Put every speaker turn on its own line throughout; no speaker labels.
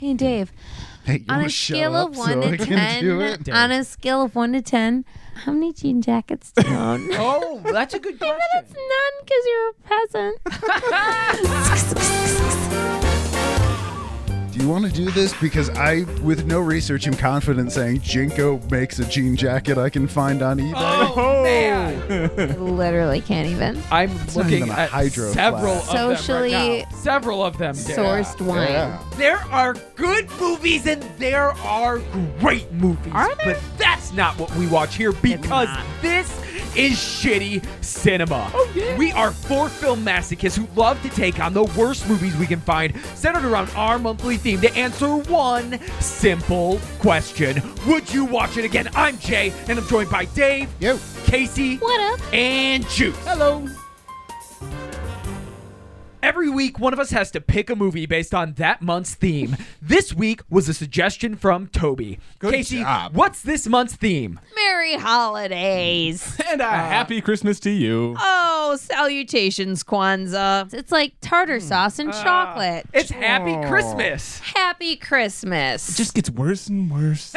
Hey Dave,
Hey, you
on
wanna
a
show
scale
up
of one
so I
to
can do
ten,
it?
on a scale of one to ten, how many jean jackets do you own? I
Oh, that's a good
bet it's
question.
none because you're a peasant.
Do you want to do this? Because I, with no research, am confident saying Jinko makes a jean jacket I can find on eBay.
Oh, man.
I literally can't even.
I'm
not
looking
even a
at
hydro
several
flask.
of
Socially
them right now. Several of them. Dara.
Sourced wine.
Yeah.
There are good movies and there are great movies.
Are there?
But that's not what we watch here because
not.
this is shitty cinema. Oh, yeah. We are four film masochists who love to take on the worst movies we can find, centered around our monthly theme to answer one simple question Would you watch it again? I'm Jay, and I'm joined by Dave,
Yo.
Casey,
What up?
and Juice.
Hello.
Every week, one of us has to pick a movie based on that month's theme. This week was a suggestion from Toby.
Good
Casey,
job.
what's this month's theme?
Merry holidays.
And a happy Christmas to you.
Oh, salutations, Kwanzaa.
It's like tartar sauce and chocolate.
It's Happy Christmas.
Happy Christmas.
Just gets worse and worse.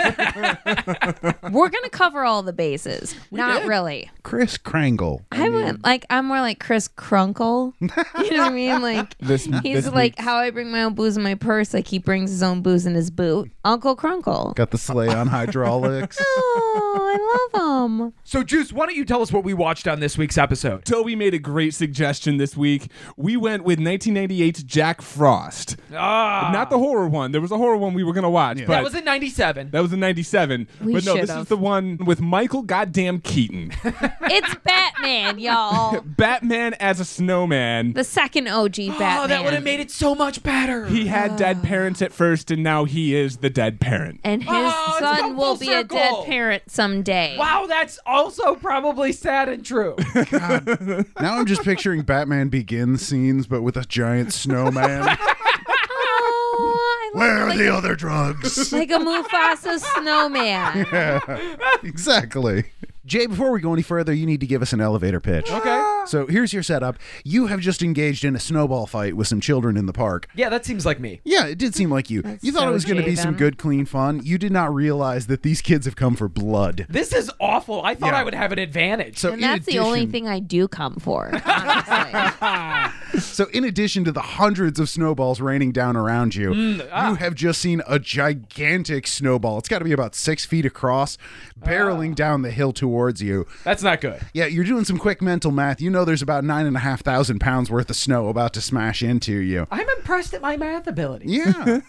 We're gonna cover all the bases. Not really.
Chris Krangle.
I went like I'm more like Chris Crunkle. you know what I mean? Like
This-
he's
this
like
week's-
how I bring my own booze in my purse. Like he brings his own booze in his boot. Uncle Crunkle.
Got the sleigh on hydraulics.
Oh, I love him.
So, Juice, why don't you tell us what we watched on this week's episode?
Toby made a great suggestion this week. We went with 1998's Jack Frost.
Ah,
Not the horror one. There was a horror one we were going to watch, but
that was in '97.
that was in 97.
We
but no, this
should've.
is the one with Michael goddamn Keaton.
It's Batman, y'all.
Batman as a snowman.
The second OG Batman.
Oh, that would have made it so much better.
He had dead parents at first, and now he is the dead parent.
and his
Oh, it's come
son will
full
be a dead
circle.
parent someday.
wow, that's also probably sad and true.
now I'm just picturing Batman Begins scenes, but with a giant snowman.
Oh, I love
Where are
like,
the other drugs?
like a Mufasa snowman.
exactly. Jay, before we go any further, you need to give us an elevator pitch.
okay.
So here's your setup. You have just engaged in a snowball fight with some children in the park.
Yeah, that seems like me.
Yeah, it did seem like you. you thought
so
it was going to be some
Javen.
good, clean fun. You did not realize that these kids have come for blood.
This is awful. I thought
Yeah.
I would have an advantage.
So
And
in
that's the only
addition-
thing I do come for, honestly.
So in addition to the hundreds of snowballs raining down around you, you have just seen a gigantic snowball. It's got to be about six feet across,
Ah.
barreling down the hill towards you.
that's not good.
Yeah, you're doing some quick mental math. You know there's about nine and a half thousand pounds worth of snow about to smash into you.
I'm impressed at my math ability.
Yeah.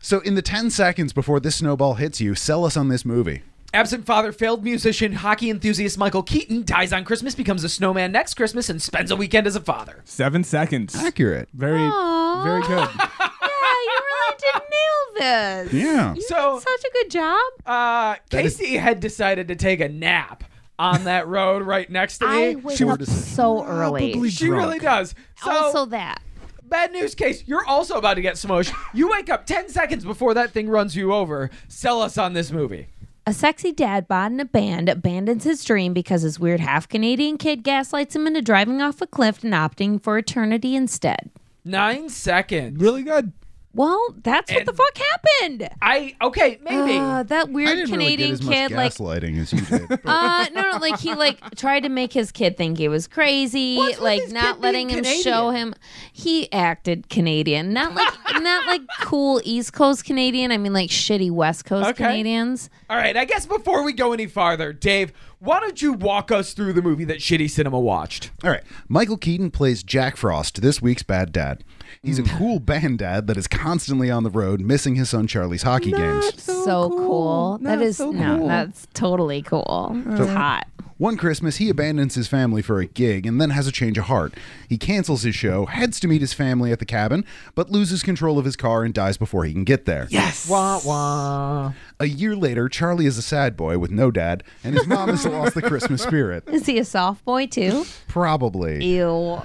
so in the ten seconds before this snowball hits you, sell us on this movie.
Absent father, failed musician, hockey enthusiast Michael Keaton dies on Christmas, becomes a snowman next Christmas, and spends a weekend as a father.
Seven seconds.
Accurate.
Very,
Aw.
very good.
yeah, you really did nail this.
Yeah.
You
So-
did such a good job.
Uh,
That is-
Casey had decided to take a nap on that road right next to me.
I wake up so early.
she really does. So,
also that.
bad news case, you're also about to get smushed. You wake up 10 seconds before that thing runs you over. Sell us on this movie.
A sexy dad bod in a band abandons his dream because his weird half Canadian kid gaslights him into driving off a cliff and opting for eternity instead.
Nine seconds.
Really good.
Well, that's what the fuck happened.
I, okay, maybe.
Uh, that
I
weird
didn't really get
Canadian
as much
kid, like,
gaslighting as you did. but-
uh, no, no, like he like tried to make his kid think he was crazy,
What's with
like
this
not
kid
letting him
being
show
Canadian?
him. He acted Canadian, not like not like cool East Coast Canadian. I mean, like shitty West Coast
Okay.
Canadians.
All right, I guess before we go any farther, Dave, why don't you walk us through the movie that Shitty Cinema watched?
All right. Michael Keaton plays Jack Frost, this week's bad dad. He's a
Mm.
cool band dad that is constantly on the road, missing his son Charlie's hockey games.
So, cool. That is no, that's totally cool. It's hot.
One Christmas, he abandons his family for a gig and then has a change of heart. He cancels his show, heads to meet his family at the cabin, but loses control of his car and dies before he can get there.
Yes.
Wah, wah.
A year later, Charlie is a sad boy with no dad, and his mom has lost the Christmas spirit.
Is he a soft boy too?
Probably.
Ew.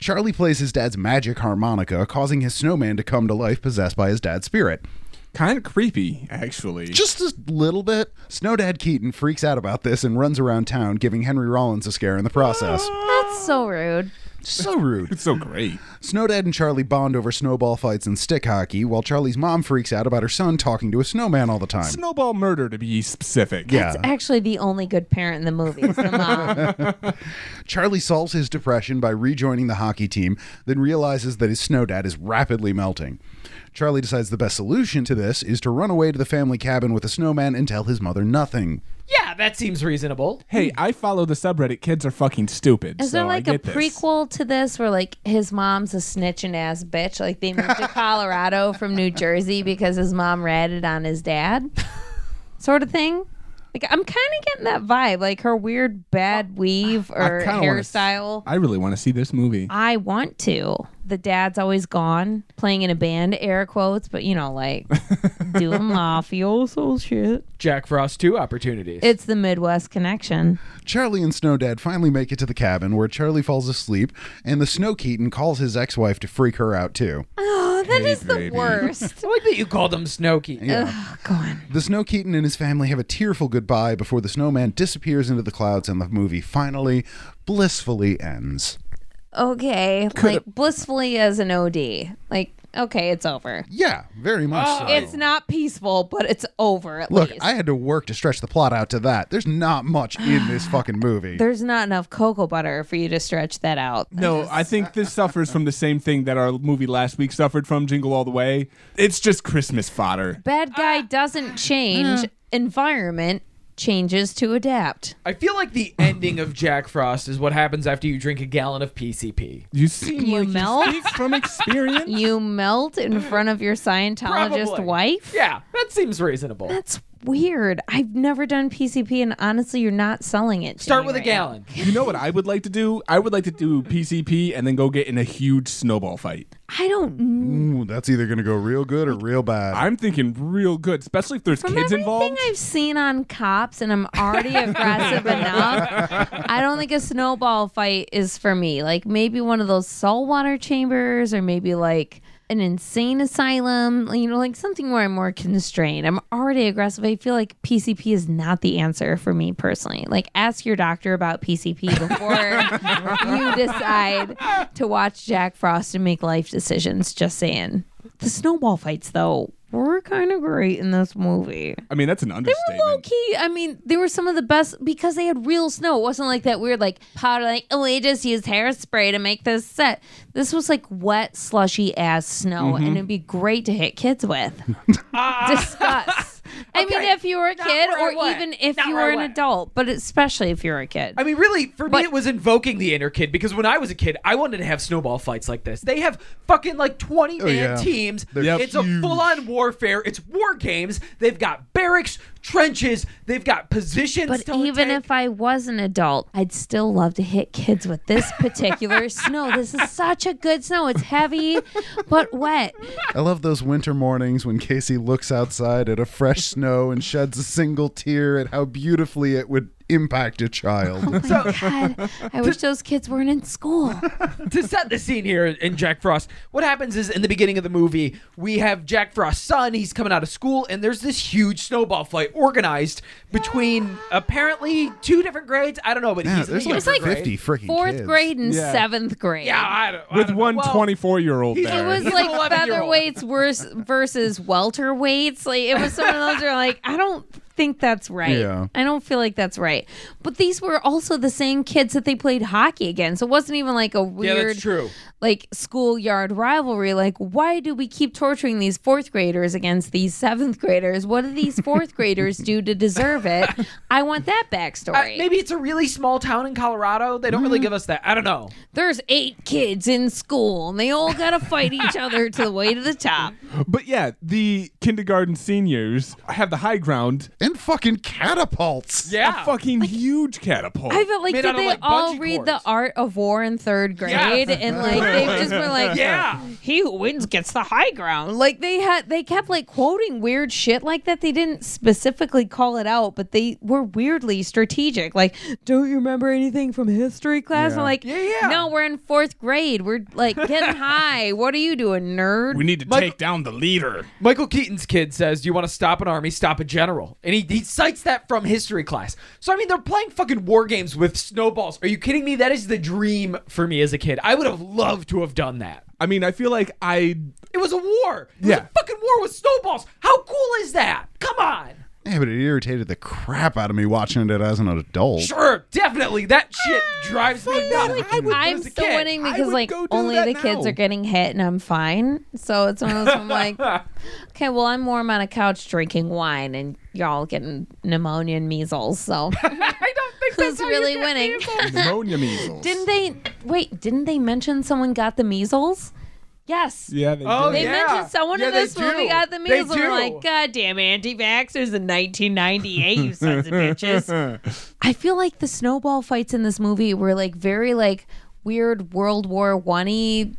Charlie plays his dad's magic harmonica, causing his snowman to come to life possessed by his dad's spirit.
Kind of creepy, actually.
Just a little bit. Snow Dad Keaton freaks out about this and runs around town, giving Henry Rollins a scare in the process.
That's That's so rude.
So rude.
It's so great.
Snowdad and Charlie bond over snowball fights and stick hockey, while Charlie's mom freaks out about her son talking to a snowman all the time.
Snowball murder, to be specific.
Yeah.
It's actually the only good parent in the movie. is the mom.
Charlie solves his depression by rejoining the hockey team, then realizes that his snow dad is rapidly melting. Charlie decides the best solution to this is to run away to the family cabin with a snowman and tell his mother nothing.
Yeah, that seems reasonable.
Hey, I follow the subreddit. Kids are fucking stupid.
Hmm. Is
so
there like
I
a
get this.
prequel to this where like his mom's a snitching ass bitch? Like they moved to Colorado from New Jersey because his mom ratted on his dad, sort of thing. Like I'm kind of getting that vibe, like her weird bad weave
I
or
kinda wanna s-
hairstyle.
I really want to see this movie.
I want to. The dad's always gone, playing in a band, air quotes, but you know, like doing mafioso shit.
Jack Frost 2 opportunities.
It's the Midwest connection.
Charlie and Snow Dad finally make it to the cabin where Charlie falls asleep, and the Snow Keaton calls his ex wife to freak her out too.
Oh, that is
Hey,
the
baby.
worst.
I like that you called him Snokey.
Ugh, go on.
The Snow Keaton and his family have a tearful goodbye before the snowman disappears into the clouds and the movie finally blissfully ends.
Okay, like blissfully as an OD. Like, okay, it's over.
Yeah, very much so.
Oh. It's not peaceful, but it's over at
Look,
least.
I had to work to stretch the plot out to that. There's not much in this fucking movie.
There's not enough cocoa butter for you to stretch that out.
No, I think this suffers from the same thing that our movie last week suffered from, Jingle All the Way. It's just Christmas fodder.
Uh,
Bad guy doesn't change, environment changes to adapt.
I feel like the ending of Jack Frost is what happens after you drink a gallon of PCP.
You seem
You
like
melt?
speak from experience.
You melt in front of your Scientologist
Uh, Probably.
wife?
Yeah, that seems reasonable.
That's weird. I've never done PCP, and honestly, you're not selling it. to
Start
me
with a
right now.
gallon.
You know what I would like to do? I would like to do PCP and then go get in a huge snowball fight.
I don't.
Ooh, that's either going to go real good or real bad.
I'm thinking real good, especially if there's
From
kids
everything
involved.
I've seen on cops, and I'm already aggressive enough. I don't think a snowball fight is for me. Like maybe one of those saltwater chambers, or maybe like an insane asylum. You know, like something where I'm more constrained. I'm already aggressive. I feel like PCP is not the answer for me personally. Like ask your doctor about PCP before you decide to watch Jack Frost and make life decisions. Just saying. The snowball fights, though. were kind of great in this movie.
I mean, that's an understatement.
Low key, I mean, they were some of the best because they had real snow. It wasn't like that weird, like powder, like oh, we just used hairspray to make this set. This was like wet, slushy ass snow, and it'd be great to hit kids with.
Ah.
Discuss. I mean, if you were a kid,
right
or
away.
even if
Not
you
right
were an
away.
adult, but especially if you're a kid.
I mean, really, for me, it was invoking the inner kid because when I was a kid, I wanted to have snowball fights like this. They have fucking like 20 man
Oh, yeah.
teams.
They're
it's a
huge.
full on warfare. It's war games. They've got barracks, trenches, they've got positions.
But
to
even
take.
if I was an adult, I'd still love to hit kids with this particular snow. This is such a good snow. It's heavy but wet.
I love those winter mornings when Casey looks outside at a fresh snow and sheds a single tear at how beautifully it would impact a child.
Oh my God, I wish those kids weren't in school.
to set the scene here in Jack Frost, what happens is in the beginning of the movie, we have Jack Frost's son. He's coming out of school, and there's this huge snowball fight organized between apparently two different grades. I don't know, but
yeah,
he's in
there's
the
like
younger
like
50
grade.
freaking
Fourth
kids.
grade and
Yeah.
seventh grade.
Yeah, I don't, I
With
don't know.
one
Well,
24 year old
he's-
there.
It was
He's an
like
11-year-old.
featherweights versus, versus welterweights. Like it was some of those are like I don't think that's right.
Yeah.
I don't feel like that's right. But these were also the same kids that they played hockey against. It wasn't even like a
Yeah,
weird
that's true.
like schoolyard rivalry. Like, why do we keep torturing these fourth graders against these seventh graders? What do these fourth graders do to deserve it? I want that backstory.
Uh, maybe it's a really small town in Colorado. They don't really give us that. I don't know.
There's eight kids in school, and they all gotta fight each other to the way to the top.
But yeah, the kindergarten seniors have the high ground.
And fucking catapults.
A fucking huge catapult.
I felt like
Made
did
out of,
they
like,
all
bungee
read
cords.
the Art of War in third grade
Yes.
and like they just were like,
Yeah.
He who wins gets the high ground. Like,
Like they had, they kept like quoting weird shit like that. They didn't specifically call it out, but they were weirdly strategic. Like, don't you remember anything from history class? I'm like,
Yeah, yeah.
no, we're in fourth grade. We're like getting high. What are you doing, nerd?
We need to
Michael-
take down the leader.
Michael Keaton's kid says, "Do you want to stop an army? Stop a general." And he, he cites that from history class. So I mean, they're playing fucking war games with snowballs. Are you kidding me? That is the dream for me as a kid. I would have loved to have done that.
I mean, I feel like I
It was a war. It was
Yeah.
a fucking war with snowballs. How cool is that? Come on.
Yeah, but it irritated the crap out of me watching it as an adult.
Sure, definitely. That shit drives me nuts.
Ah, I'm
as a
still
kid.
winning
I
because
would
like
go do
only
that
the kids
now.
are getting hit and I'm fine. So it's one of those I'm like, okay, well I'm warm on a couch drinking wine and y'all getting pneumonia and measles. So
I don't think
who's
that's how you
really
get
winning?
people.
pneumonia measles.
didn't they wait? Didn't they mention someone got the measles? Yes.
yeah, they
Oh,
They
did.
yeah.
mentioned someone
Yeah,
in
they
this movie
do.
got the
They
measles. and
do.
I'm like, God damn anti vaxxers in
1998, you sons of bitches.
I feel like the snowball fights in this movie were like very like weird World War One y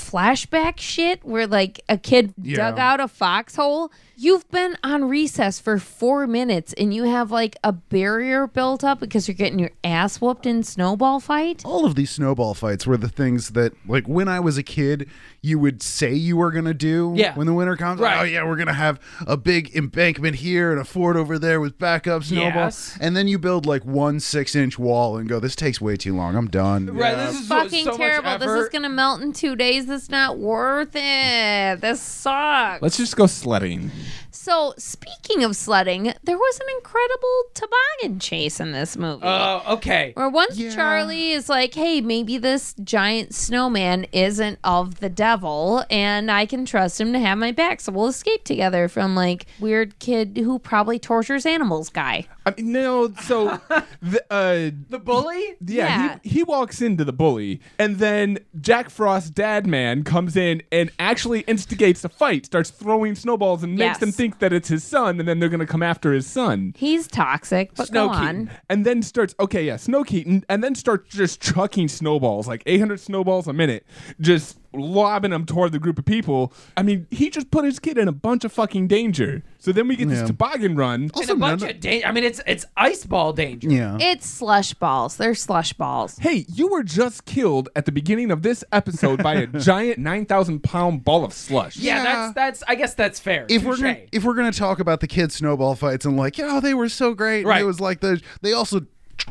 flashback shit where like a kid dug out a foxhole. You've been on recess for four minutes and you have like a barrier built up because you're getting your ass whooped in snowball fight.
all of these snowball fights were the things that like when i was a kid you would say you were going to do
Yeah.
when the winter comes
Right.
oh yeah we're going to have a big embankment here and a fort over there with backup snowballs
Yes.
and then you build like one six inch wall and go this takes way too long i'm done
Right, this is so-
Fucking
so much
terrible. This is
effort.
gonna melt in two days. That's not worth it. This sucks.
Let's just go sledding.
So, speaking of sledding, there was an incredible toboggan chase in this movie.
Oh, okay.
where once
Yeah.
Charlie is like, hey, maybe this giant snowman isn't of the devil, and I can trust him to have my back, so we'll escape together from like weird kid who probably tortures animals guy.
I mean, no, so the, uh,
The bully?
yeah,
Yeah.
He, he walks into the bully, and then Jack Frost, dad man, comes in and actually instigates a fight, starts throwing snowballs, and makes
Yes.
them think that it's his son, and then they're gonna come after his son.
He's toxic, but
Snow
go
Keaton.
on.
And then starts okay, yeah, Snow Keaton, and then starts just chucking snowballs, like 800 snowballs a minute, just lobbing them toward the group of people. I mean, he just put his kid in a bunch of fucking danger. So then we get
Yeah.
this toboggan run.
And a bunch of danger. I mean, it's it's ice ball danger.
yeah
It's slush balls. They're slush balls.
Hey, you were just killed at the beginning of this episode by a giant 9,000 pound ball of slush.
Yeah,
Yeah.
that's that's. I guess that's fair.
if we're
Touche.
gonna, if we're gonna talk about the kids snowball fights and like yeah they were so great and
Right.
it was like the they also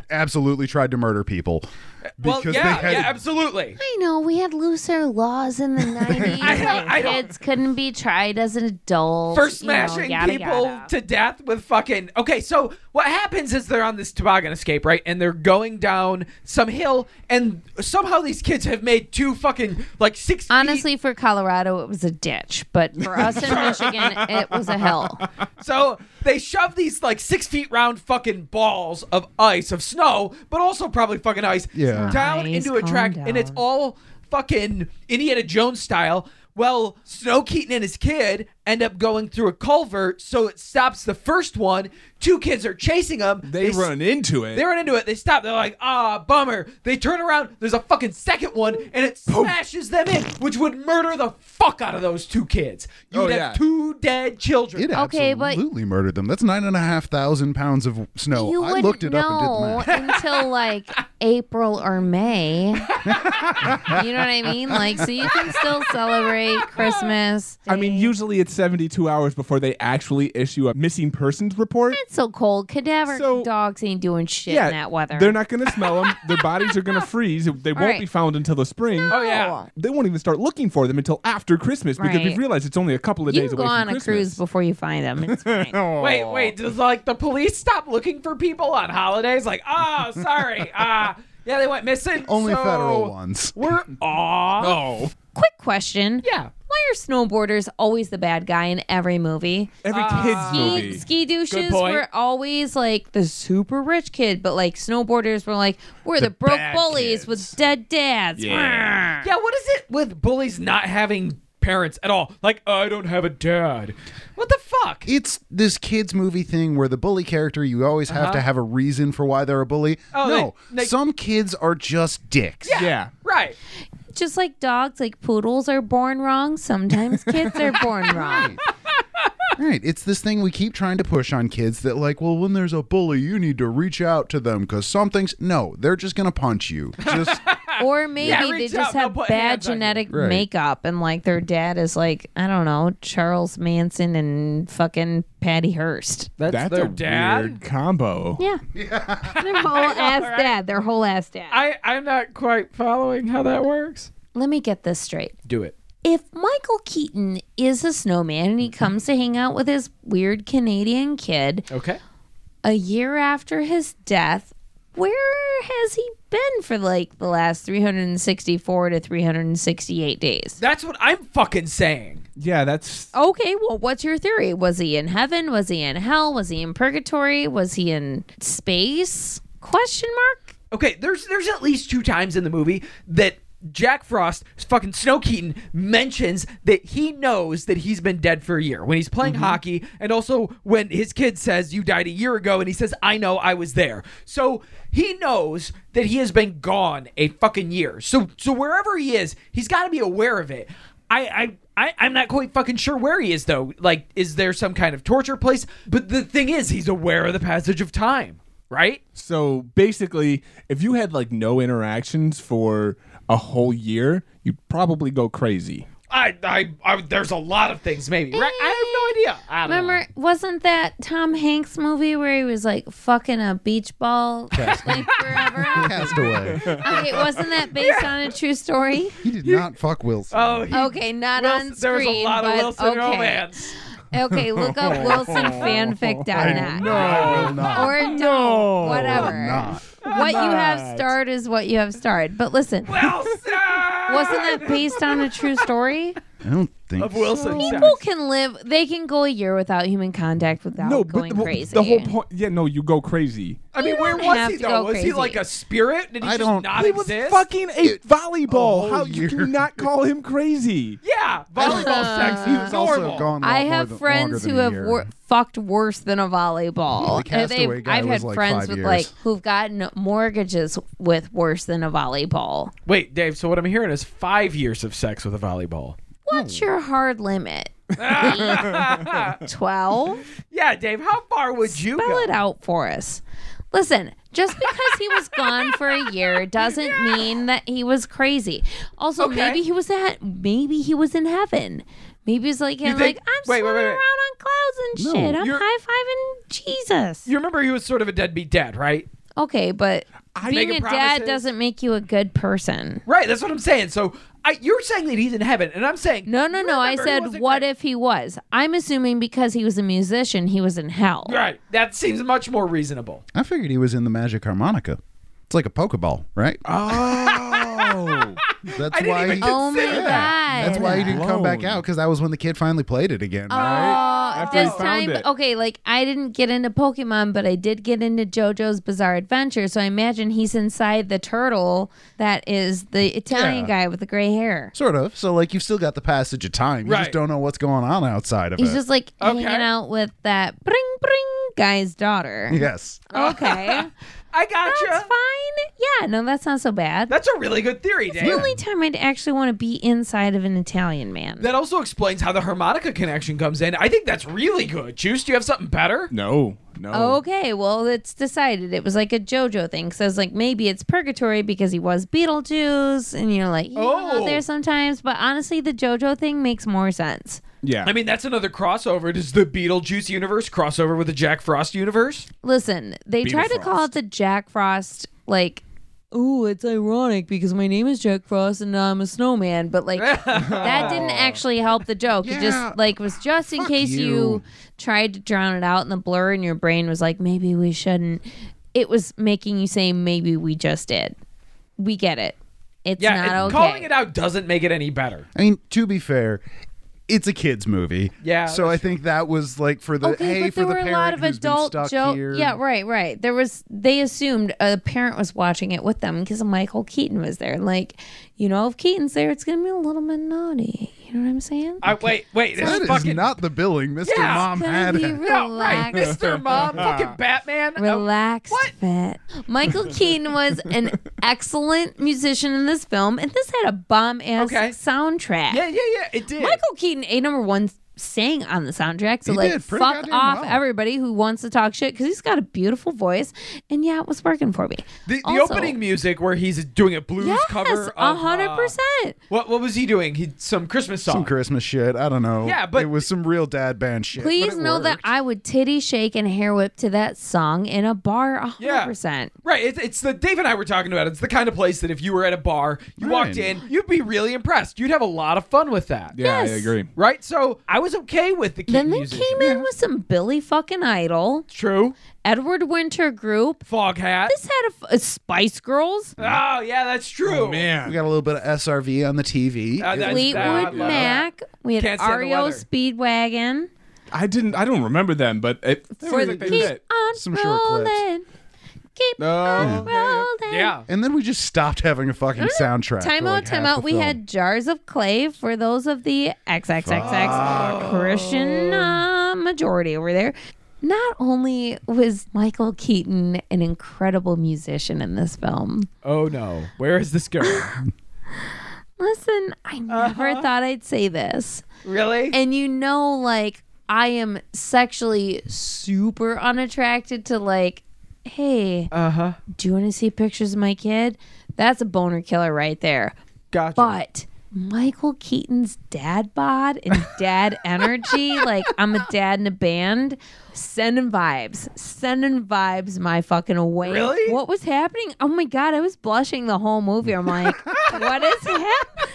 absolutely tried to murder people
well,
because
yeah,
they had
yeah, absolutely.
I know we had looser laws in the 90s.
I don't-
and
I don't-
kids couldn't be tried as an adult.
First
you know,
smashing
yada,
people
yada.
to death with fucking. Okay, so what happens is they're on this toboggan escape, right? And they're going down some hill, and somehow these kids have made two fucking like six. feet-
Honestly, for Colorado, it was a ditch, but for us in Michigan, it was a hill.
So they shove these like six feet round fucking balls of ice, of snow, but also probably fucking ice,
Yeah.
down
Nice,
into a
calm
track, and it's
down.
all fucking Indiana Jones style. Well, Snow Keaton and his kid end up going through a culvert, so it stops the first one. Two kids are chasing them.
They run into it.
They run into it. They stop. They're like, ah, bummer. They turn around. There's a fucking second one, and it smashes them in, which would murder the fuck out of those two kids. You'd
Oh,
have
yeah.
two dead children.
It
Okay, but-
absolutely murdered them. That's nine and a half thousand pounds of snow.
you
Oh, I
wouldn't
looked it
know
up and did the math.
until like April or May. you know what I mean? Like, so you can still celebrate Christmas.
I mean,
Day.
usually it's 72 hours before they actually issue a missing persons report.
It's so cold. Cadaver
So-
dogs ain't doing shit in that weather.
They're not going to smell them. Their bodies are going to freeze. They won't
right.
be found until the spring.
Oh yeah.
They won't even start looking for them until after Christmas because
Right.
we've realized it's only a couple of
You
days
can
away
go
from
on a
Christmas.
cruise before you find them. It's fine.
Wait, wait. Does like the police stop looking for people on holidays? Like, oh, sorry. Ah, yeah, they went missing.
Only
so
federal ones.
We're aw.
Oh,
Quick question.
Yeah.
Why are snowboarders always the bad guy in every movie?
every kid's
Uh, ski,
movie.
ski douches
point.
were always like the super rich kid, but like snowboarders were like, we're the, broke
bad
bullies
kids.
with dead dads.
Yeah.
Yeah. What is it with bullies not having parents at all? Like, "Oh, I don't have a dad. What the fuck?
It's this kids movie thing where the bully character you always have to have a reason for why they're a bully.
Uh-huh. Oh,
no,
they- they-
some kids are just dicks.
Yeah.
Right.
just like dogs, like poodles are born wrong. Sometimes kids are born wrong.
Right. It's this thing we keep trying to push on kids that, like, well, when there's a bully, you need to reach out to them because something's. No, they're just going to punch you. Just.
Or maybe they
reach
just
out, they'll
have
put
bad
hands on you.
genetic
Right.
makeup and like their dad is like, I don't know, Charles Manson and fucking Patty Hearst.
That's,
That's
their
a
dad?
weird combo.
Yeah. Their whole ass dad. Their whole ass dad.
I, I'm not quite following how that works.
Let me get this straight.
Do it.
if Michael Keaton is a snowman and he
Mm-hmm.
comes to hang out with his weird Canadian kid
Okay.
a year after his death, where has he been for like the last 364 to 368 days?
That's what I'm fucking saying.
Yeah, that's
Okay, well, what's your theory? Was he in heaven? Was he in hell? Was he in purgatory? Was he in space? Question mark?
Okay, there's there's at least two times in the movie that Jack Frost, fucking Snow Keaton, mentions that he knows that he's been dead for a year when he's playing hockey, and also when his kid says, You died a year ago, and he says, I know I was there. So he knows that he has been gone a fucking year. So so wherever he is, he's gotta be aware of it. I, I I, I'm not quite fucking sure where he is though. Like, is there some kind of torture place? But the thing is, he's aware of the passage of time, right?
so basically if you had like no interactions for a whole year, you'd probably go crazy.
I, I, I there's a lot of things maybe. Right? I have no idea. I don't know.
Remember, wasn't that Tom Hanks movie where he was like fucking a beach ball like forever?
Castaway.
Okay, wasn't that based on a true story?
He did not fuck Wilson.
Oh, he,
Okay, not
Wilson-
on screen.
there was a lot of
but
Wilson oh,
okay.
romance.
Okay, look up wilsonfanfic.net.
I will not.
Or don't. whatever.
Not.
What you have starred is what you have starred. But listen,
Wilson
wasn't that based on a true story?
I don't think.
of Wilson. sex.
People can live, they can go a year without human contact without
no,
going
but the,
crazy.
the whole point yeah, no, you go crazy.
I mean, where
don't
was
have
he
to go
though? Was he
crazy.
like a spirit? Did he
I
just
don't-
not
He was
exist? Oh,
fucking a volleyball.
a whole
How you
year.
do not call him crazy?
yeah, volleyball
Uh-huh.
sex. He was normal.
also gone. a lot
I
more
have
than-
friends
longer
who
than a
have
year.
wor- fucked worse than a volleyball.
The
And
Castaway guy
I've
was
had
like
friends
five
with
years.
like who've gotten mortgages with worse than a volleyball.
Wait, Dave. So what I'm hearing is five years of sex with a volleyball.
What's your hard limit? Eight? Twelve?
Yeah, Dave. How far would you
Spell
go?
it out for us. Listen, just because he was gone for a year doesn't mean that he was crazy. Also,
Okay.
maybe he was at maybe he was in heaven. Maybe he's like, him,
think-
like I'm
wait, wait,
swimming
wait, wait.
around on clouds and shit. I'm
you're-
high fiving Jesus.
You remember he was sort of a deadbeat dad, right?
Okay, but being
Making
a
promises.
dad doesn't make you a good person.
Right. That's what I'm saying. So I, you're saying that he's in heaven, and I'm saying
No, no, no. I
Remember, he
said,
wasn't
what
great.
if he was? I'm assuming because he was a musician, he was in hell.
Right. That seems much more reasonable.
I figured he was in the Magic Harmonica. It's like a Pokeball, right?
Oh.
That's
Uh, I didn't
why.
even
he-
Oh my
Consider
god.
that.
that's why he didn't come back
Alone.
out because that was when the kid finally played it again.
Oh,
right?
After he
this
found
time,
it.
okay, like I didn't get into Pokemon, but I did get into JoJo's Bizarre Adventure. So I imagine he's inside the turtle that is the Italian guy with the gray hair.
Sort of. So like you've still got the passage of time. You
Right.
just don't know what's going on outside of
He's
it.
just like
Okay.
hanging out with that bring bring guy's daughter.
yes.
Okay.
I gotcha.
That's fine. Yeah, no, that's not so bad.
That's a really good theory,
the
Dave.
only time I'd actually want to be inside of an Italian man.
That also explains how the harmonica connection comes in. I think that's really good. Juice, do you have something better?
No, no.
Oh.
okay, well, it's decided. It was like a JoJo thing. So I was like, maybe it's purgatory because he was Beetlejuice, and you're like, he's
Oh.
out there sometimes. But honestly, the JoJo thing makes more sense.
Yeah.
I mean, that's another crossover. Does the Beetlejuice universe crossover with the Jack Frost universe?
Listen, they tried to call it the Jack Frost, like, ooh, it's ironic because my name is Jack Frost and I'm a snowman. But, like, that didn't actually help the joke. It
Yeah.
just, like, was just in case you.
you.
tried to drown it out in the blur and your brain was like, maybe we shouldn't. It was making you say, maybe we just did. We get it. It's
Yeah,
not
and
okay.
calling it out doesn't make it any better.
I mean, to be fair, it's a kids movie.
Yeah,
So I think that was like for the
okay,
hey
but
for
there
the
were
parent
a lot of
who's been
adult
stuck
joke.
here.
Yeah, right, right. There was they assumed a parent was watching it with them because Michael Keaton was there. Like, you know, if Keaton's there, it's gonna be a little bit naughty. You know what I'm saying?
I, wait, wait. This
That
is
is
fucking
not the billing Mr.
Yeah.
Mom
Gotta
had.
be
no, right,
relaxed.
Mr. Mom, fucking Batman. Uh,
Relaxed
what?
fit. Michael Keaton was an excellent musician in this film, and this had a bomb ass
Okay.
soundtrack.
Oh, Yeah, yeah, yeah. It did.
Michael Keaton, a number one, sang on the soundtrack. So
He
like,
did pretty
fuck
goddamn
off
well.
everybody who wants to talk shit because he's got a beautiful voice, and yeah, it was working for me.
the, the
Also-
opening music where he's doing a blues
Yes,
cover.
a
of,
hundred
uh,
percent.
What what was he doing? He some Christmas song.
Some Christmas shit. I don't know.
Yeah, but-
it was some real dad band shit. but
Please
it
know that
worked.
I would titty shake and hair whip to that song in a bar. a hundred
Yeah.
percent.
Right, it, it's the Dave and I were talking about. It's the kind of place that if you were at a bar, you walked
Right.
in, you'd be really impressed. You'd have a lot of fun with that.
Yeah, I
Yes.
agree.
Right, so I was okay with the Keaton
Then they
musician.
came in with some Billy fucking Idol,
True,
Edward Winter Group.
fog hat.
This had a, f- a Spice Girls,
Oh yeah, that's true.
we got a little bit of SRV on the TV.
Uh, that- That's
Fleetwood
bad.
Mac. We had
Can't stand the
REO
weather.
Speedwagon.
I didn't. I don't remember them, but it they were
For
like they
keep
fit.
on
Some short clips.
rolling. Keep
No.
on rolling.
Yeah.
and then we just stopped having a fucking soundtrack.
Mm-hmm. Time
for,
out,
like,
time
half
out.
the
We
film.
had jars of clay for those of the XXXX Christian uh, majority over there. Not only was Michael Keaton an incredible musician in this film,
Oh no, where is this girl?
listen, I never thought I'd say this.
really?
and you know like i am sexually super unattracted to like hey
Uh huh.
do you want to see pictures of my kid that's a boner killer right there
Gotcha.
but michael keaton's dad bod and dad energy like i'm a dad in a band sending vibes sending vibes my fucking away
Really?
what was happening oh my god i was blushing the whole movie i'm like what is happening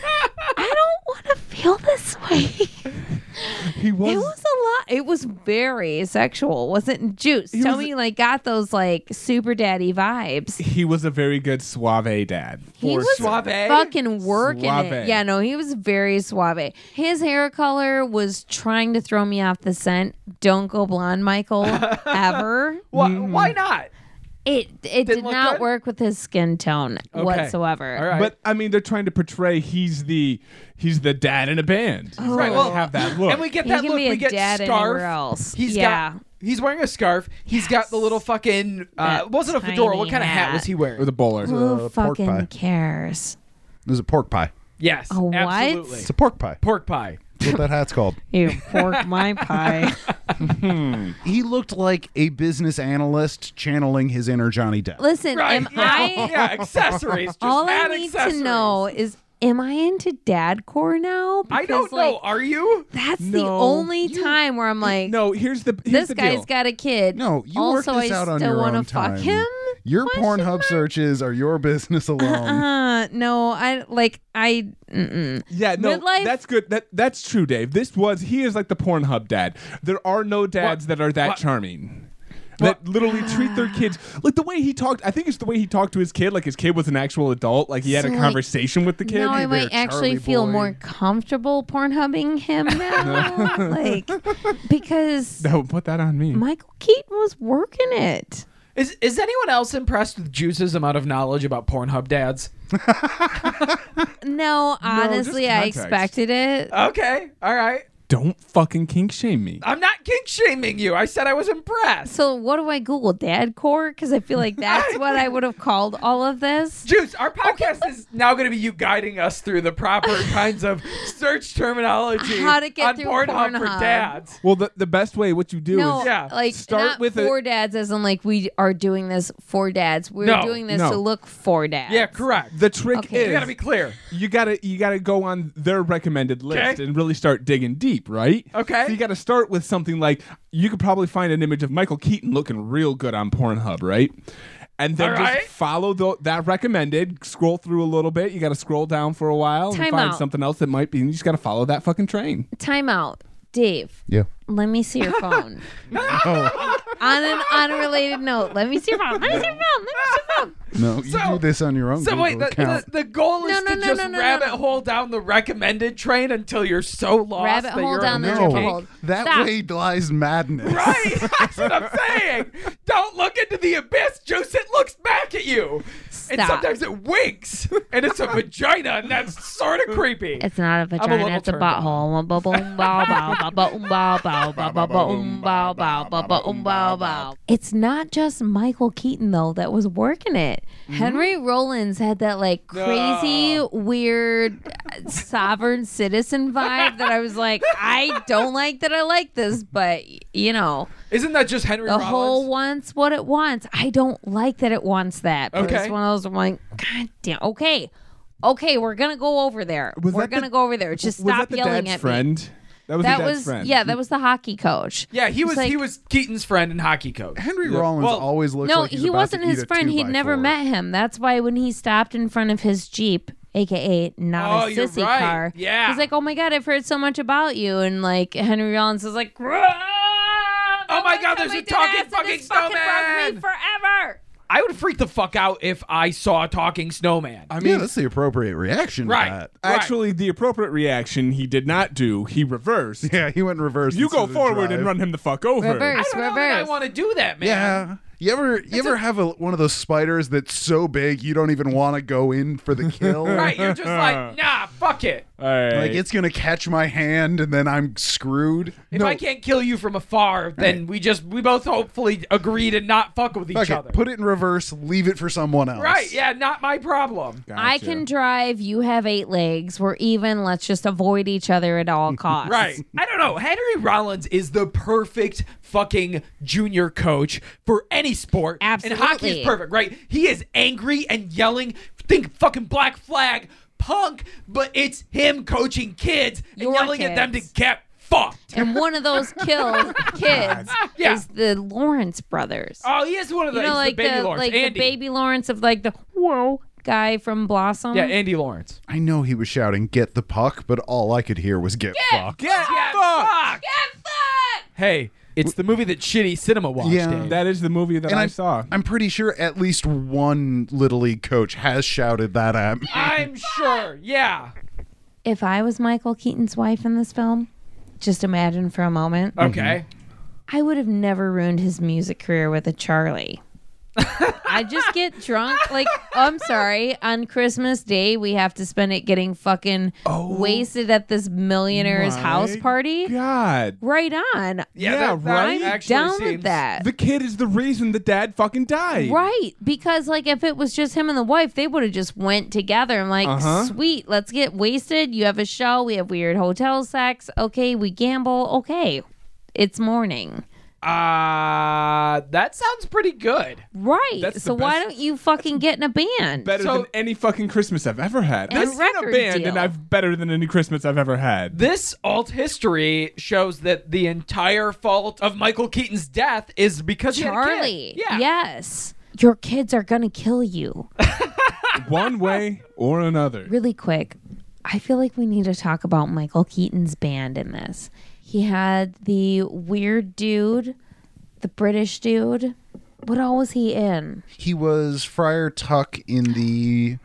i don't want to feel this way
He was.
it was a lot. It was very sexual. It wasn't juice. Tell
was-
me, like, got those like super daddy vibes.
he was a very good suave dad.
He was
Suave.
fucking working
Suave.
it. Yeah, no, he was very suave. His hair color was trying to throw me off the scent. Don't go blonde, Michael, ever.
Why, why not?
It it did
look
not
good?
work with his skin tone
Okay.
whatsoever.
All right.
But I mean, they're trying to portray he's the he's the dad in a band. He's
Right,
gotta
well-
have that look.
And we get
He
that
can
look.
be
we
a
get
dad
scarf.
anywhere else.
He's
Yeah.
got. He's wearing a scarf. He's got the little fucking. Uh,
That
it wasn't a fedora. What
tiny
kind of hat
hat.
was he
with
wearing?
a bowler.
Who
Uh, pork pie.
fucking cares?
It was a pork pie.
Yes.
A what?
Absolutely.
It's a pork pie.
Pork pie.
That's what that hat's called.
You pork my pie.
He looked like a business analyst channeling his inner Johnny Depp.
Listen,
Right.
am
yeah.
I
yeah. Accessories. Just
All I
add
need to
accessories.
know is, am I into dad core now?
I don't
Because, like,
know. Are you?
That's the
No.
only time where I'm like,
No, here's the here's
this
the
guy's
deal.
got a kid.
No, you work
also,
this
I
out
still
on your
wanna
own
fuck
time.
him.
Your
Question
Pornhub
mark?
searches are your business alone.
Uh, no, I like I. Mm-mm.
Yeah, no,
Midlife-
that's good. That that's true, Dave. This was he is like the Pornhub dad. There are no dads that are that
What?
charming. That literally treat their kids like the way he talked. I think it's the way he talked to his kid. Like his kid was an actual adult. Like he had
So,
a
like,
conversation with the kid.
Now I
You're
might
a
actually
Charlie
feel
boy.
more comfortable Pornhubbing him now, like because
No, put that on me.
Michael Keaton was working it.
Is is anyone else impressed with Juice's amount of knowledge about Pornhub dads?
No, honestly, I
context.
expected it.
Okay. All right.
Don't fucking kink shame me.
I'm not kink shaming you. I said I was impressed.
So what do I Google? Dad core? Because I feel like that's what I would have called all of this.
Juice, our podcast is now going to be you guiding us through the proper kinds of search terminology
How to get
on
through
Pornhub for
Pornhub.
dads.
Well, the, the best way what you do
No,
is
Yeah.
like
Start
not
with a-
for dads, as in like we are doing this for dads. We're
No,
doing this
no.
to look for dads.
Yeah, correct.
the trick
Okay.
is
you got to be clear.
you gotta you gotta go on their recommended list
Okay.
and really start digging deep, right?
Okay.
So you gotta start with something like you could probably find an image of Michael Keaton looking real good on Pornhub, right? And then
All
just
right.
follow tho- that recommended. Scroll through a little bit. You got to scroll down for a while and
Time
find
out.
something else that might be. And you just got to follow that fucking train.
Time out, Dave.
yeah.
Let me see your phone.
Oh,
on an unrelated note, let me see your phone. Let me see your phone. Let me see your phone.
No, you
So-
do this on your own.
So wait,
Google
the, the,
account.
the goal is
No, no,
to
no,
just
no, no, no,
rabbit
no.
hole down the recommended train until you're so lost
Rabbit
that
hole
you're
down the
okay.
rabbit
no,
hole.
that
Stop.
way lies madness.
Right, that's what I'm saying. Don't look into the abyss, Juice. It looks back at you, and
Stop.
sometimes it winks, and it's a vagina, and that's sort of creepy.
It's not a vagina,
little
it's a
turned
butthole.
on.
Ba- boom, bow, bow, ba- boom, bow, bow, ba- ba- boom, bow, bow, ba- boom, bow, bow. It's not just Michael Keaton though that was working it. Henry Rollins had that like crazy, weird uh, sovereign citizen vibe that I was like, I don't like that I like this, but you know,
Isn't that just Henry
the
Rollins?
whole wants what it wants. I don't like that it wants that. But
Okay.
it's one of those I'm like, God damn okay. Okay, we're gonna go over there.
Was
we're
that the-
gonna go over there. Just
was
stop
that the
yelling
dad's
at me.
friend? That was
That
the dad's
was
friend.
yeah, that was the hockey coach.
yeah, he
It's
was
like-
he was Keaton's friend and hockey coach.
Henry Rollins
Well,
always looks
No,
like he's
he
about
wasn't
to
his
eat a
friend.
two
He'd
by
never
four.
met him. That's why when he stopped in front of his Jeep, aka not
Oh,
a
you're
sissy
right.
car,
Yeah.
he's like, Oh my god, I've heard so much about you and like Henry Rollins is like "Grow up!
Oh my
Don't
God,
tell
there's
me
a
that
talking
acid
fucking
has fucking bugged
snowman!
me forever.
I would freak the fuck out if I saw a talking snowman.
I
Yeah,
mean,
that's the appropriate reaction. to
Right.
that.
Right.
actually, the appropriate reaction he did not do. He reversed.
Yeah, he went in reverse.
You
instead
go
of
forward
drive.
and run him the fuck over.
Reverse,
I don't know that I
reverse.
want to do that, man.
Yeah. You ever you ever have a, one of those spiders that's so big you don't even want to go in for the kill?
Right, you're just like, nah, fuck it.
All right.
Like it's gonna catch my hand and then I'm screwed.
If I can't kill you from afar, then we just we both hopefully agree to not fuck with each
Okay,
other.
put it in reverse. Leave it for someone else.
right, yeah, not my problem.
I can drive. You have eight legs. We're even. Let's just avoid each other at all costs.
Right. I don't know. Henry Rollins is the perfect fucking junior coach for any sport. And hockey is
Absolutely.
perfect, right? He is angry and yelling. Think fucking black flag, punk, but it's him coaching kids and
Your
yelling at them to
kids.
get fucked.
And one of those killed kids
Yeah.
is the Lawrence brothers.
Oh, he is one of the,
you know,
he's
like
the baby Lawrence.
like
Andy.
the baby Lawrence of like the whoa guy from Blossom.
Yeah, Andy Lawrence.
I know he was shouting, "Get the puck," but all I could hear was "Get fucked."
Get fucked.
Get fucked!
Hey, it's the movie that shitty cinema watched.
Yeah.
Dave.
That is the movie that I
I'm-
saw.
I'm pretty sure at least one little league coach has shouted that at me.
I'm sure. Yeah.
If I was Michael Keaton's wife in this film, just imagine for a moment,
Okay.
I would have never ruined his music career with a Charlie. I just get drunk. Like, I'm sorry. On Christmas Day, we have to spend it getting fucking wasted at this millionaire's
Oh My
house party.
God.
Right on.
Yeah,
Yeah,
that, that
right?
actually
Down
seems-
with that.
The kid is the reason the dad fucking died.
Right, because like if it was just him and the wife, they would have just went together. I'm like,
Uh-huh.
sweet, let's get wasted. You have a show. We have weird hotel sex. Okay, we gamble. Okay, it's morning.
Mm-hmm.
Uh, that sounds pretty good.
Right.
That's the
so why
best-
don't you fucking get in a band?
Better
So-
than any fucking Christmas I've ever had.
And
I've
a
seen a
record
band
deal.
and I've better than any Christmas I've ever had.
This alt history shows that the entire fault of Michael Keaton's death is because he had a kid.
Charlie.
Yeah.
Yes. Your kids are gonna kill you
One way or another.
really quick. I feel like we need to talk about Michael Keaton's band in this. He had the weird dude, the British dude. What all was he in?
He was Friar Tuck in the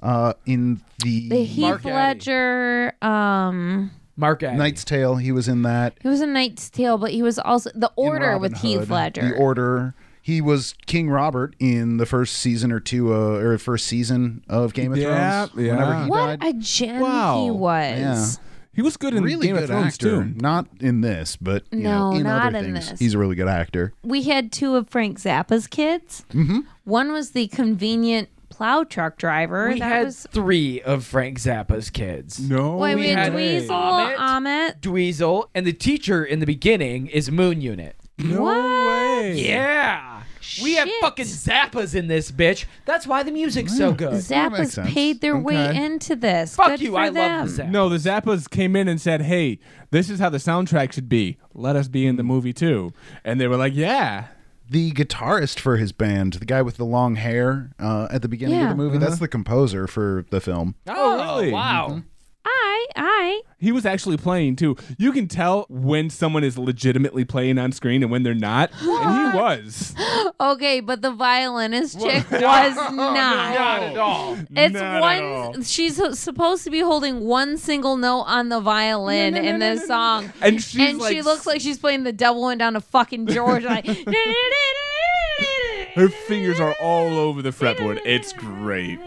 uh in the,
The Heath
Mark Addy.
Ledger. Um,
Mark Addy.
Knight's Tale. He was in that.
he was in Knight's Tale, but he was also the
in
Order
Robin
with
Hood,
Heath Ledger.
The Order. He was King Robert in the first season or two, uh, or first season of Game of
Yeah,
Thrones.
yeah.
Whenever he
What
died,
a gem he
Wow.
was.
He was good in
really
Game
good
of Thrones
actor.
too.
Not in this, but you
No,
know, in
not
other
in
things,
this.
he's a really good actor.
We had two of Frank Zappa's kids. Mm-hmm. One was the convenient plow truck driver.
we
that
had
was
three of Frank Zappa's kids.
No.
Wait, we, had
way.
Dweezil,
Ahmet.
Ahmet.
Dweezil and the teacher in the beginning is Moon Unit.
No way.
Yeah. We have
Shit.
fucking Zappas in this bitch. That's why the music's so good.
makes
Zappa's
sense.
paid their way
Okay.
into this.
Fuck
Good
you,
for
I
them.
love the Zappas.
No, the Zappas came in and said, "Hey, this is how the soundtrack should be. Let us be in the movie too." And they were like, "Yeah."
The guitarist for his band, the guy with the long hair uh, at the beginning
Uh-huh.
Yeah.
of the movie, that's the composer for the film.
Oh,
really?
wow.
I I.
He was actually playing too. You can tell when someone is legitimately playing on screen and when they're not. And he was.
Okay, but the violinist chick was not.
Not at all.
It's
Not at all.
one. She's h- supposed to be holding one single note on the violin
No, no, no,
in
no,
this
no, no.
song,
And she's
and
like,
she looks like she's playing the devil went down to fucking George. Like,
her fingers are all over the fretboard. It's great.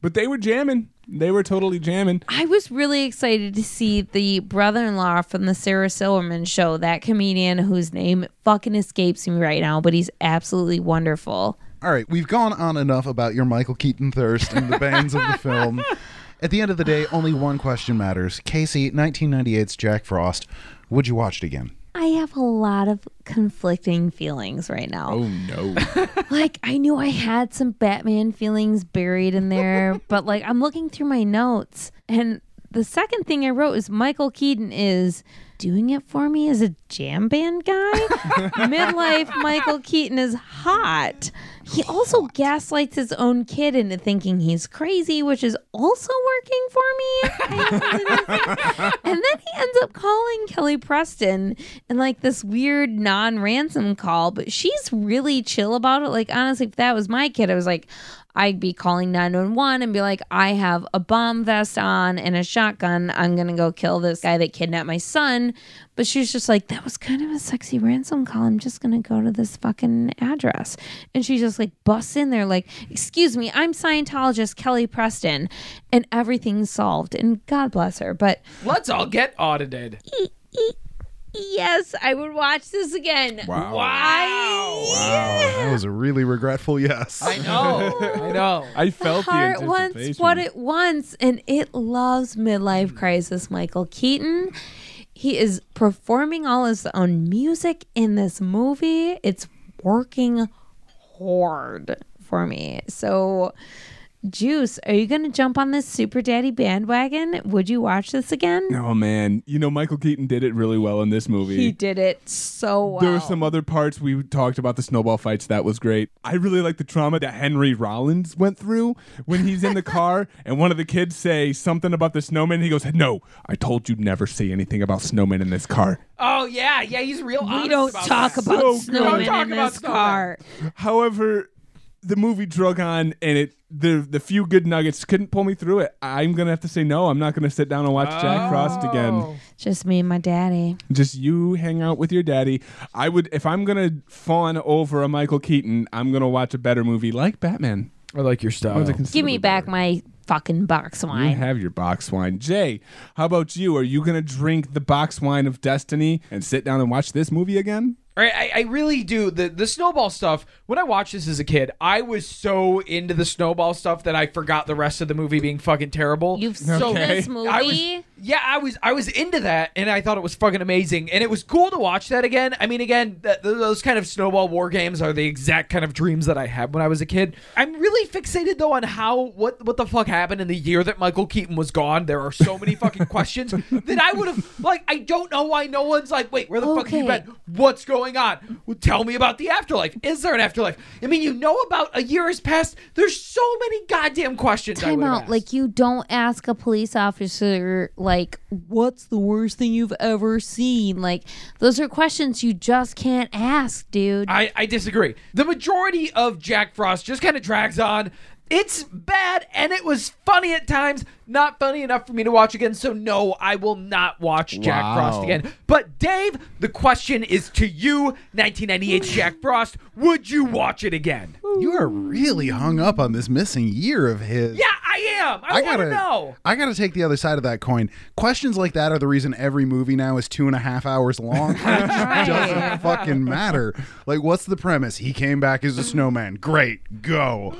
But they were jamming. They were totally jamming.
I was really excited to see the brother-in-law from the Sarah Silverman show, that comedian whose name fucking escapes me right now, but he's absolutely wonderful.
All right, we've gone on enough about your Michael Keaton thirst and the bands of the film. At the end of the day, only one question matters. Casey, 1998's Jack Frost, would you watch it again?
I have a lot of conflicting feelings right now.
Oh no.
like I knew I had some Batman feelings buried in there, but like I'm looking through my notes and the second thing I wrote is Michael Keaton is doing it for me as a jam band guy. Midlife Michael Keaton is hot. He also gaslights his own kid into thinking he's crazy, which is also working for me. and then he ends up calling Kelly Preston in like this weird non ransom call, but she's really chill about it. Like, honestly, if that was my kid, I was like, I'd be calling 911 and be like, I have a bomb vest on and a shotgun. I'm going to go kill this guy that kidnapped my son. But she's just like, that was kind of a sexy ransom call. I'm just going to go to this fucking address. And she just like busts in there, like, excuse me, I'm Scientologist Kelly Preston. And everything's solved. And God bless her. But
Let's all get audited.
yes, I would watch this again.
Wow.
Why?
Oh, That was a really regretful yes.
I know. I know.
I felt the,
Heart wants
anticipation.
what it wants, and it loves midlife crisis. Michael Keaton, he is performing all his own music in this movie. It's working hard for me. So, Juice, are you going to jump on this Super Daddy bandwagon? Would you watch this again?
Oh man, you know Michael Keaton did it really well in this movie.
He did it so well.
There were some other parts we talked about the snowball fights. That was great. I really like the trauma that Henry Rollins went through when he's in the car and one of the kids say something about the snowman. he goes, "No, I told you never say anything about snowmen in this car."
Oh yeah, yeah. He's real.
we don't talk about
So good.
snowmen
Don't
talk
in
about
this
snowmen.
car.
However, the movie drug on, and it the the few good nuggets couldn't pull me through it. I'm gonna have to say no. I'm not gonna sit down and watch Jack Frost again.
Just me and my daddy.
just you hang out with your daddy. I would if I'm gonna fawn over a Michael Keaton, I'm gonna watch a better movie like Batman.
I like your style.
One's a
Give me
considerably
back my fucking box
better. You
wine.
have your box wine, Jay. How about you? Are you gonna drink the box wine of destiny and sit down and watch this movie again?
Right, I, I really do the the snowball stuff. When I watched this as a kid, I was so into the snowball stuff that I forgot the rest of the movie being fucking terrible.
You've seen
Okay.
this
I
movie.
I was, yeah, I was, I was into that, and I thought it was fucking amazing, and it was cool to watch that again. I mean, again, th- th- those kind of snowball war games are the exact kind of dreams that I had when I was a kid. I'm really fixated though on how what what the fuck happened in the year that Michael Keaton was gone. There are so many fucking questions that I would have like. I don't know why no one's like, wait, where the fuck have you
Okay.
been? What's going on? Well, tell me about the afterlife. Is there an afterlife? I mean, you know about a year has passed. There's so many goddamn questions. I
Time
would have
out.
asked.
Like you don't ask a police officer like, "What's the worst thing you've ever seen?" Like those are questions you just can't ask, dude.
I, I disagree. The majority of Jack Frost just kind of drags on. It's bad and it was funny at times, not funny enough for me to watch again. So, no, I will not watch Jack
Wow.
Frost again. But, Dave, the question is to you 1998 Jack Frost, would you watch it again?
You are really hung up on this missing year of his.
Yeah, I am. I,
I
want
gotta
to know.
I gotta take the other side of that coin. Questions like that are the reason every movie now is two and a half hours long. it just doesn't fucking matter. Like, what's the premise? He came back as a snowman. Great, go.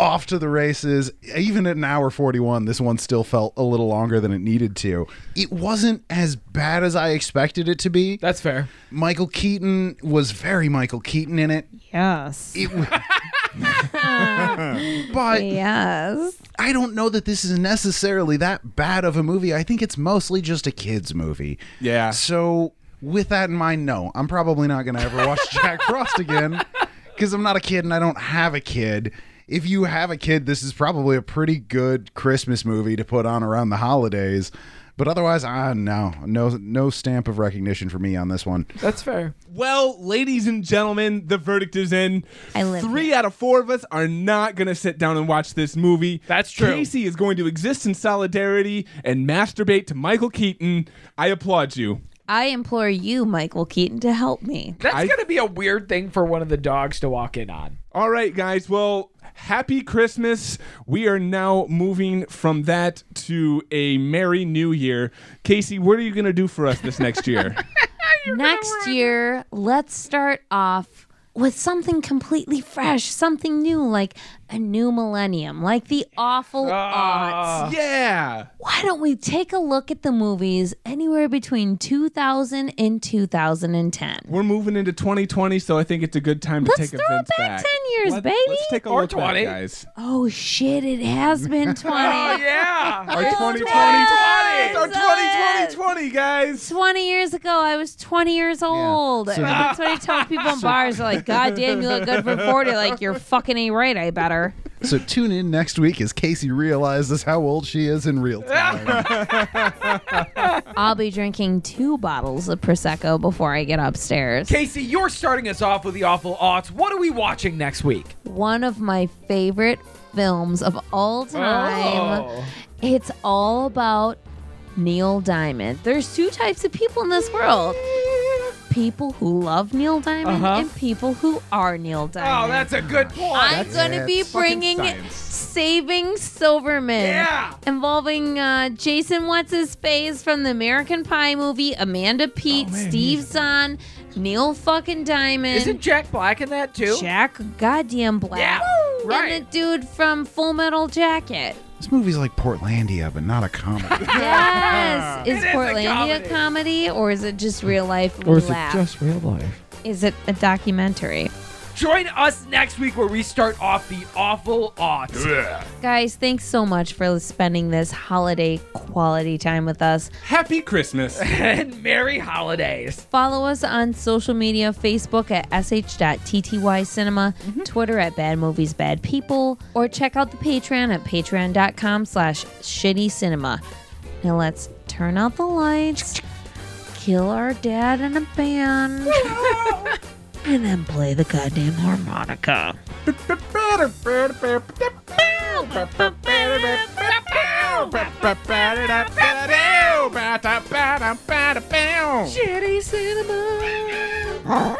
Off to the races. Even at an hour 41, this one still felt a little longer than it needed to. It wasn't as bad as I expected it to be.
That's fair.
Michael Keaton was very Michael Keaton in it.
yes.
It was. but
Yes.
I don't know that this is necessarily that bad of a movie. I think it's mostly just a kids movie.
Yeah.
So with that in mind, no, I'm probably not going to ever watch Jack Frost again because I'm not a kid and I don't have a kid. if you have a kid, this is probably a pretty good Christmas movie to put on around the holidays. But otherwise, ah, no, no, no stamp of recognition for me on this one.
That's fair.
Well, ladies and gentlemen, the verdict is in.
I live
Three out of four of us are not going to sit down and watch this movie.
That's true.
Casey is going to exist in solidarity and masturbate to Michael Keaton. I applaud you.
I implore you, Michael Keaton, to help me.
That's
I-
gonna be a weird thing for one of the dogs to walk in on.
All right, guys. Well, happy Christmas. We are now moving from that to a Merry New Year. Casey, what are you going to do for us this next year?
Next year, let's start off with something completely fresh, something new, like a new millennium, like the awful
Ah.
odds.
yeah.
Why don't we take a look at the movies anywhere between 2000 and 2010?
We're moving into 2020, so I think it's a good time to
Let's
take
throw
a
it
back,
back, 10 years,
Let-
baby.
Let's take a
Or
look back,
20.
guys.
oh, shit, it has been 20.
Oh yeah.
Our
Oh,
2020
yes!
It's our 2020 guys.
20 years ago, I was 20 years old. That's what I tell people in bars. are like, God damn, you look good for 40. Like, you're fucking ain't right, I better.
So tune in next week as Casey realizes how old she is in real time.
I'll be drinking two bottles of Prosecco before I get upstairs.
Casey, you're starting us off with the awful odds. What are we watching next week?
One of my favorite films of all time.
Oh.
It's all about Neil Diamond. There's two types of people in this world people who love Neil Diamond
Uh-huh.
and people who are Neil Diamond.
Oh, that's a good point.
I'm going to be
That's
bringing
science.
Saving Silverman.
Yeah.
Involving uh, Jason What's His Face from the American Pie movie, Amanda Pete,
Oh,
Steve Zahn, Neil fucking Diamond.
Isn't Jack Black in that too?
Jack goddamn Black.
Yeah, right.
And the dude from Full Metal Jacket.
this movie's like Portlandia, but not a comedy.
Yes. is
It is a
Portlandia
comedy.
a comedy or is it just real life laugh?
real life?
is it a documentary?
Join us next week where we start off the awful odds.
Guys, thanks so much for spending this holiday quality time with us.
Happy Christmas.
and merry holidays.
Follow us on social media Facebook at sh.tty cinema, Twitter at bad movies bad people, or check out the Patreon at patreon.com slash shitty cinema. Now let's turn out the lights, kill our dad in a band, and then play the goddamn harmonica.
Shitty cinema.